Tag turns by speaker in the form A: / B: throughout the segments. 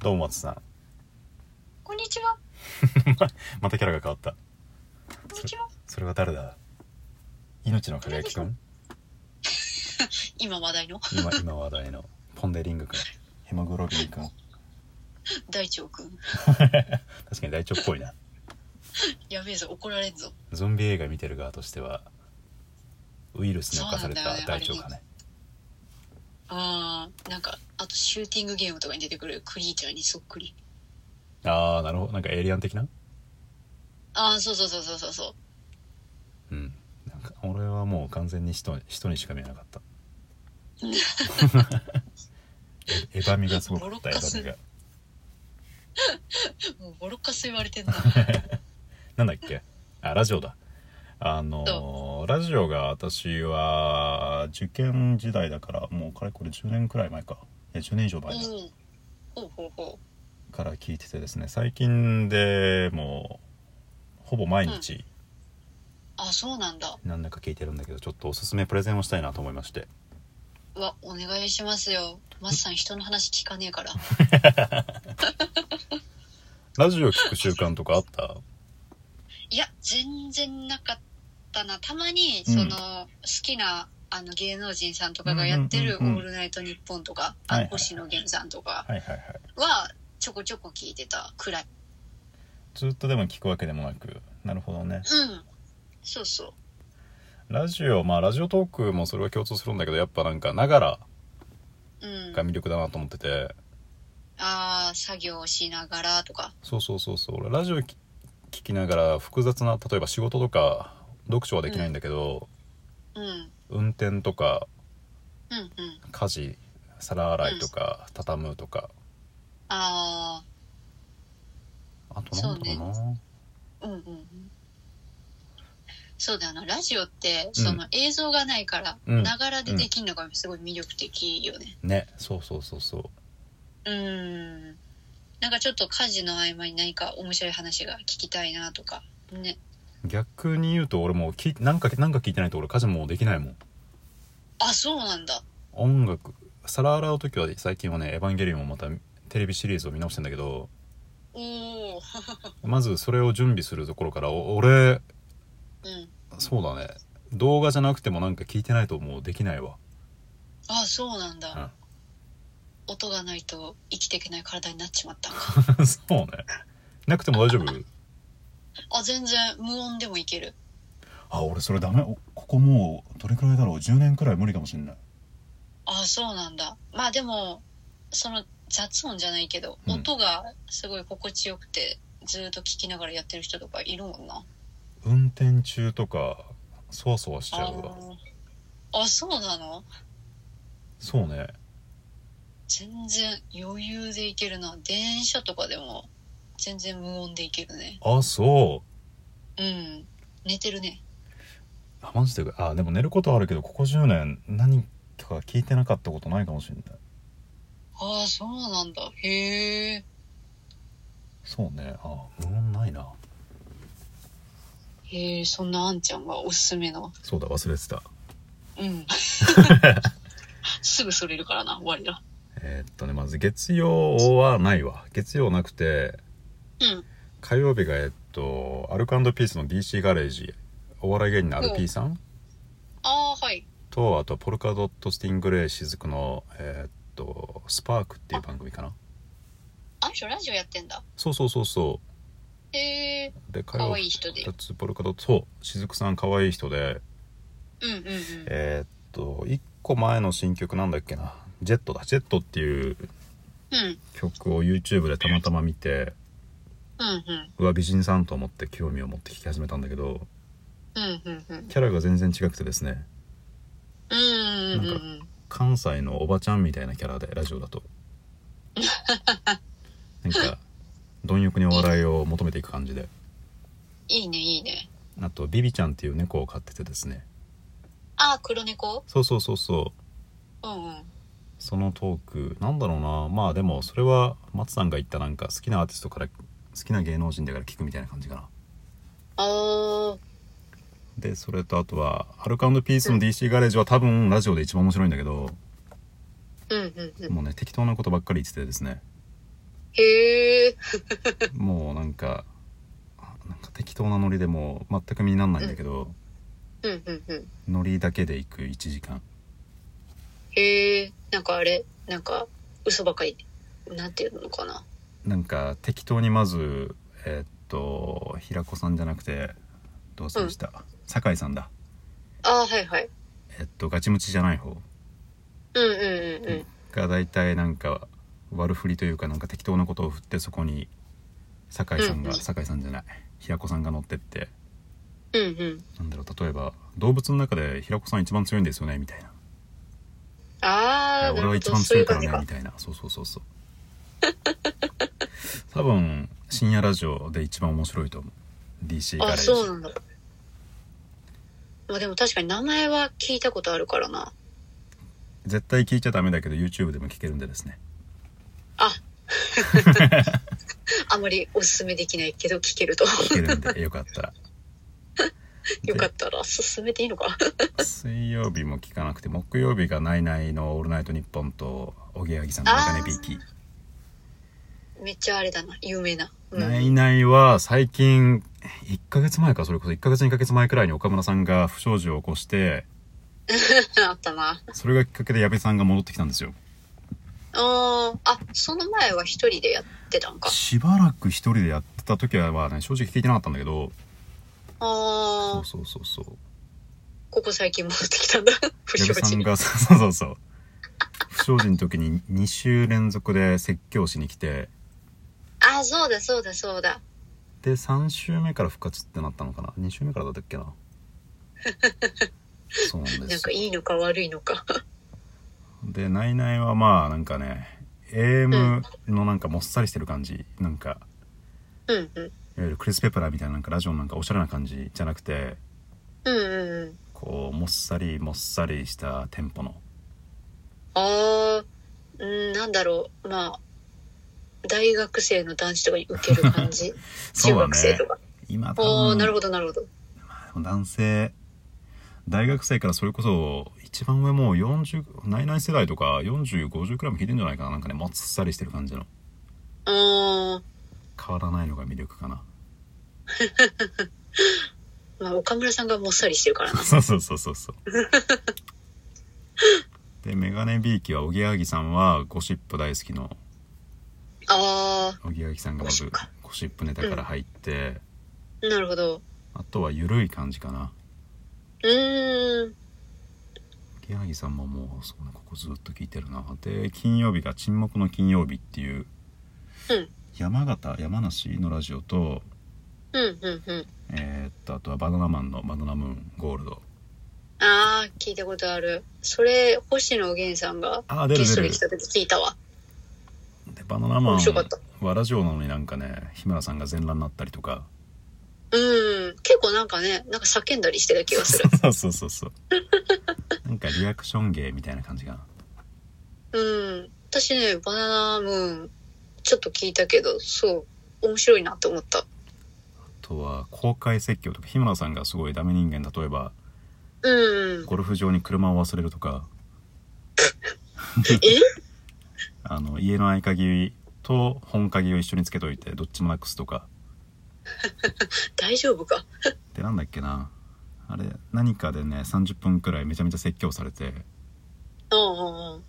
A: どうも松さん
B: こんにちは。
A: またキャラが変わった
B: こんにちは。
A: それは誰だ命の輝きくん
B: 今話題の
A: 今今話題のポンデリングくんヘモグロビンくん
B: 大腸くん。
A: 確かに大腸っぽいな
B: やべえぞ、怒られんぞ。
A: ゾンビ映画見てる側としてはウイルスに侵された
B: そうなんだ
A: 大
B: よね
A: 腸がね
B: あー、なんか、あとシューティングゲームとかに出てくるクリーチャーにそっくり。
A: ああなるほどなんかエイリアン的な
B: あー、そうそうそうそうそうそう。
A: うんなんか俺はもう完全に人人にしか見えなかったエ エヴァミがすごかったエヴァミが
B: もうボロッカス言われて んな。
A: なんだっけあラジオだあのーラジオが私は受験時代だからもうかれこれ10年くらい前かいや10年以上
B: お
A: 前だ
B: お。ほうほうほ
A: から聞いててですね最近でもうほぼ毎日
B: う。あ、そうなんだ。
A: なんだか聞いてるんだけどちょっとおすすめプレゼンをしたいなと思いまして
B: うわ、お願いしますよ。マスさん人の話聞かねえから。
A: ラジオ聞く習慣とかあった
B: いや、全然なかったな。たまに、
A: うん
B: その、好きな、あの、芸能人さんとかがやってる、オ
A: うんうんうんうん
B: ールナイトニッポンとか、
A: は
B: あ
A: いは
B: の
A: い
B: 星野源さんと
A: は
B: か
A: いはいはい
B: は、ちょこちょこ聞いてたくらい。
A: ずっとでも聞くわけでもなくなるほどね
B: うん。そうそう。
A: ラジオまあラジオトークもそれは共通するんだけどやっぱなんかながら
B: うん
A: が。魅力だなと思ってて
B: ああ、作業しながらとか。
A: そうそうそうそう俺ラジオき聞きながら複雑な例えば仕事とか読書はできないんだけど、
B: うん。うん
A: 運転とか
B: うん。
A: 家事皿洗いとか、畳むとか
B: あ
A: あとなんだろうな
B: あ、うんうんうん。そうだよな。ラジオって、その映像がないから、
A: うん
B: ながらでできるのがすごい魅力的よね。
A: ねそうそうそうそう
B: うーん。なんかちょっと家事の合間に何か面白い話が聞きたいなとか。ね。
A: 逆に言うと俺もうきなんかなんか聞いてないと俺家事もうできないもん
B: あ、そうなんだ。
A: 音楽皿洗う時は最近はね「エヴァンゲリオン」をまたテレビシリーズを見直してんだけど
B: おお。
A: まずそれを準備するところからお俺
B: うん。
A: そうだね動画じゃなくてもなんか聞いてないともうできないわ
B: あ、そうなんだ。音がないと生きていけない体になっちまったん か。
A: そうね。なくても大丈夫
B: あ、全然無音でもいける。
A: あ、俺それダメ。おここもう、どれくらいだろう ?10 年くらい無理かもしんない。
B: あ、そうなんだ。まあでも、その雑音じゃないけど、
A: うん
B: 音がすごい心地よくて、ずーっと聞きながらやってる人とかいるもんな。
A: 運転中とか、そわそわしちゃ
B: あ
A: うわ。
B: ーあ、そうなの
A: そうね。
B: 全然余裕でいけるな電車とかでも全然無音でいけるね
A: あ、そう。
B: うん寝てるね
A: あ、マジで。あ、でも寝ることはあるけど、ここ10年何か聞いてなかったことないかもしんない。
B: ああそうなんだへえ
A: そうね。あ、無音ないな。
B: へえそんなあんちゃんがおすすめの
A: そうだ、忘れてた。
B: うんすぐそれるからな我ら
A: えーっとね、まず月曜はないわ。月曜なくて、
B: うん
A: 火曜日がえっとアルコピースの DC ガレージお笑い芸人のアルピーさん
B: ああはい
A: とあとポルカドット・スティングレイ雫のえっとスパークっていう番組かな
B: あの人ラジオやってんだ
A: そうそうそうそ
B: へえ
A: うで火
B: か
A: 曜
B: わいい
A: 日
B: 人で
A: 2つポルカドットそう雫さん可愛い人で
B: うんうんうん
A: えっと1個前の新曲なんだっけなジェットだジェットっていう
B: うん
A: 曲を YouTube でたまたま見て
B: うんうん
A: うわ美人さんと思って興味を持って聴き始めたんだけど
B: うんうんうん
A: キャラが全然違くてですね
B: うんうんうんうん
A: 関西のおばちゃんみたいなキャラでラジオだ となんか貪欲にお笑いを求めていく感じで
B: いいねいいね
A: あとビビちゃんっていう猫を飼っててですね
B: ああ黒猫
A: そうそうそうそう
B: うんうん
A: そのトークなんだろうなまあでもそれは松さんが言ったなんか好きなアーティストから好きな芸能人だから聞くみたいな感じかな
B: ああ
A: でそれとあとはアルカピースの DC ガレージは多分ラジオで一番面白いんだけど
B: うんうんうん
A: もうね適当なことばっかり言っててですね
B: へえ。
A: もうなんかなんか適当なノリでもう全く身になんないんだけど、
B: うんうんうん。
A: ノリだけで行く1時間
B: へえ。なんかあれ、なんか、嘘ばかり、なんていうのかな。
A: なんか適当にまずえーっと平子さんじゃなくてどうせでした、酒井さんだ
B: ああ、はいはい。
A: えっとガチムチじゃない方
B: うんうんうんうん。
A: が大体なんか悪振りというかなんか適当なことを振ってそこに酒井さんが、
B: うんうん
A: 酒井さんじゃない平子さんが乗ってって
B: うんうん。
A: なんだろう例えば動物の中で平子さん一番強いんですよねみたいな
B: ああ、
A: 俺
B: なる
A: は
B: ほ
A: 一
B: ど。
A: 番
B: そ
A: 強
B: うい
A: いうから
B: 感じ
A: ね
B: か
A: み。たいなそうそうそうそう多分深夜ラジオで一番面白いと思う DC ガレー
B: あ、
A: ジ
B: そうなんだ。まあでも確かに名前は聞いたことあるからな。
A: 絶対聞いちゃダメだけど YouTube でも聞けるんでですね
B: ああまりおすすめできないけど聞ける と
A: 聞けるんでよかったら
B: よかったら進めていいのか
A: で水曜日も聞かなくて木曜日が「ナイナイのオールナイトニッポン」とおぎやはぎさんの「メガネビーキ
B: めっちゃあれだな有名な、う
A: ナ
B: ん、
A: イナイは最近1ヶ月前かそれこそ1ヶ月2ヶ月前くらいに岡村さんが不祥事を起こして
B: あったな
A: それがきっかけで矢部さんが戻ってきたんですよ
B: あーあその前は一人でやってたんか
A: しばらく一人でやってた時はね正直聞いてなかったんだけどそ
B: あ
A: う
B: あ
A: そうそうそう
B: ここ最近戻ってきたん だ不
A: 矢
B: 祥
A: 部さ
B: 事
A: ん
B: に
A: がそうそうそう不祥事の時に2週連続で説教しに来て
B: ああそうだそうだそうだ
A: で3週目から復活ってなったのかな2週目からだったっけ なそうなんで
B: なん
A: す
B: か
A: よ
B: いいのか悪いのか
A: で「ナイナイ」はまあなんかね AM のなんかもっさりしてる感じなんか
B: うんうん
A: いわゆるクリス・ペプラーみたいななんかラジオのなんかおしゃれな感じじゃなくて
B: うんうんうん
A: こうもっさりもっさりしたテンポの
B: ああうんなんだろうまあ大学生の男子とかに受ける 感じ中学生とか、
A: 今多
B: おお
A: 分
B: なるほどなるほど
A: 男性大学生からそれこそ一番上もう40ナイナイ世代とか4050くらいも聞いてんじゃないかななんかねもっさりしてる感じの
B: あん
A: 変わらないのが魅力かな
B: まあ、岡村さんがもっさりしてるからな。
A: そうそうそうそうそうでメガネビーキはおぎやはぎさんはゴシップ大好きの
B: あ
A: おぎやはぎさんがまず
B: ゴシップか
A: ゴシップネタから入って、
B: あ、なるほど。
A: あとはゆるい感じかな
B: うーん。
A: おぎやはぎさんももうそうねここずっと聞いてるなで金曜日が「沈黙の金曜日」っていう
B: うん。
A: 山形山梨のラジオと
B: うん、うん、うん。
A: えーっとあとはバナナマンの「バナナムーンゴールド
B: ああ、聞いたことある。それ、星野源さんが
A: あー出る
B: ゲスト
A: 出
B: で
A: る
B: 来た時聞いたわ。」
A: でバナナマン
B: 面白かった
A: はラジオなのになんかね日村さんが全裸になったりとか
B: うん。結構なんかね、なんか叫んだりしてた気がする。
A: そうそうそうそうなんかリアクション芸みたいな感じかな
B: うん。私ね、バナナムーン、ちょっと聞いたけど、そう、面白いなと思った。
A: あとは公開説教とか日村さんがすごいダメ人間例えば
B: うん。
A: ゴルフ場に車を忘れるとか
B: え
A: あの家の合鍵と本鍵を一緒につけといてどっちもなくすとか
B: 大丈夫か
A: でなんだっけなあれ何かでね30分くらいめちゃめちゃ説教されて
B: うんうんうん。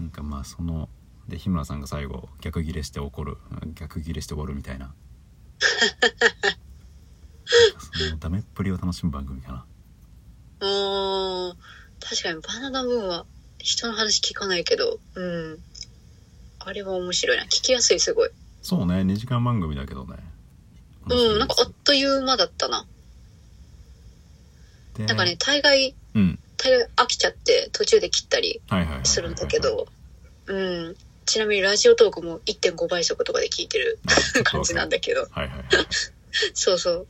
A: なんかまあそので日村さんが最後逆ギレして怒る逆ギレして終わるみたいななんかそのダメっぷりを楽しむ番組かな
B: うーん確かにバナナムーンは人の話聞かないけど、うん。あれは面白いな。聞きやすい、すごい。
A: そうね2時間番組だけどね面白い
B: うん、なんかあっという間だったな。
A: です
B: なんかね、大概、
A: でうん
B: 大概飽きちゃって途中で切ったり
A: はいはいはいはいはい
B: するんだけど、うん。ちなみにラジオトークも1.5倍速とかで聞いてる
A: あちょっとわかる
B: 感じなんだけど、
A: はいはいはい
B: そうそう。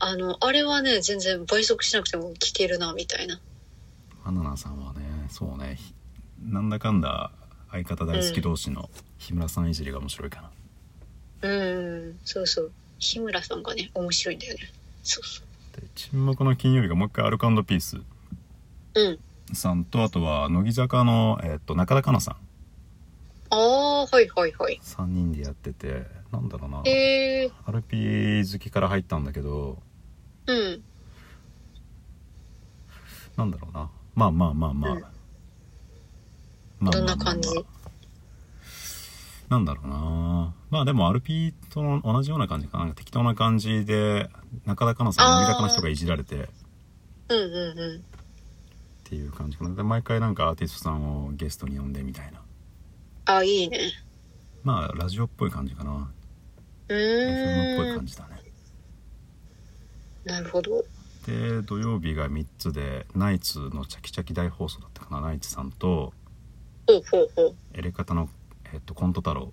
B: あの、あれはね、全然倍速しなくても聞けるな、みたいな。
A: バナナさんはねそうねひなんだかんだ相方大好き同士の日村さんいじりが面白いかな、
B: うん、そうそう。日村さんがね、面白いんだよね。そうそ
A: で沈黙の金曜日がもう一回アルコピース
B: う。うん。
A: さんとあとは乃木坂の、えっと中田香奈さん
B: ああ、ははいはいはい。
A: 3人でやっててなんだろうな、
B: えー、
A: RP 好きから入ったんだけど
B: うん。
A: なんだろうなまあまあまあまあ、
B: う
A: まあまあ
B: ん
A: まあまあ
B: どんな感じ
A: なんだろうなまあでも RP との同じような感じかななんか適当な感じで中田香菜さん
B: あー
A: 乃木坂の人がいじられてっ
B: うんうんうん。
A: ていう感じかなで毎回なんかアーティストさんをゲストに呼んでみたいな
B: あ、いいね。
A: まあラジオっぽい感じかな
B: う
A: FM っぽい
B: ーん
A: 感。じだね
B: なるほど。
A: で土曜日が3つでナイツのチャキチャキ大放送だったかなナイツさんと
B: ほうほうほう。
A: エレカタの、えっと、コント太郎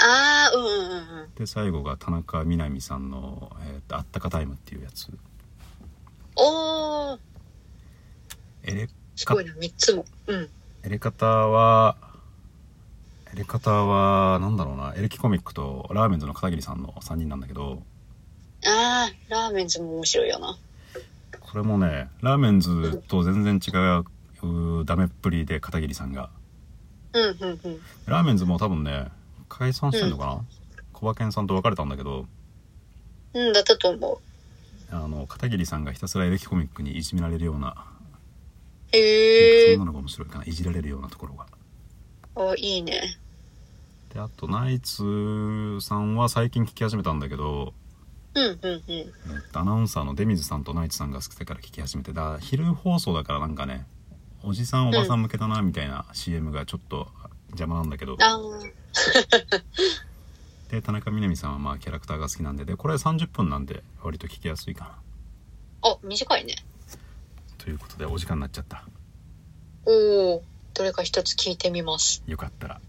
B: あー、うんうんうんうん。
A: で最後が田中みな実さんの、えっと「あったかタイム」っていうやつ
B: おー、
A: エレ
B: すごいな、3つも。うん。
A: エレカタはエレカタはなんだろうなエレキコミックとラーメンズの片桐さんの3人なんだけど
B: あー、ラーメンズも面白いよな。
A: これもねラーメンズと全然違ううーダメっぷりで片桐さんが
B: うんうんうん。
A: ラーメンズも多分ね解散してんのかな、小馬健さんと別れたんだけど
B: うんだったと思う。
A: あの片桐さんがひたすらエレキコミックにいじめられるような、
B: へ
A: そ
B: え
A: んなのが面白いかないじられるようなところが
B: あ、いいね。
A: であとナイツさんは最近聞き始めたんだけど、
B: うんうんうん。
A: えっとアナウンサーの出水さんとナイツさんが好きだから聞き始めてだから昼放送だからなんかねおじさんおばさん向けだなみたいな CM がちょっと邪魔なんだけど、
B: あー
A: で田中みな実さんはまあキャラクターが好きなんででこれ30分なんで割と聞きやすいかな
B: あ、短いね。
A: ということでお時間になっちゃった
B: おー、どれか一つ聞いてみます。
A: よかったら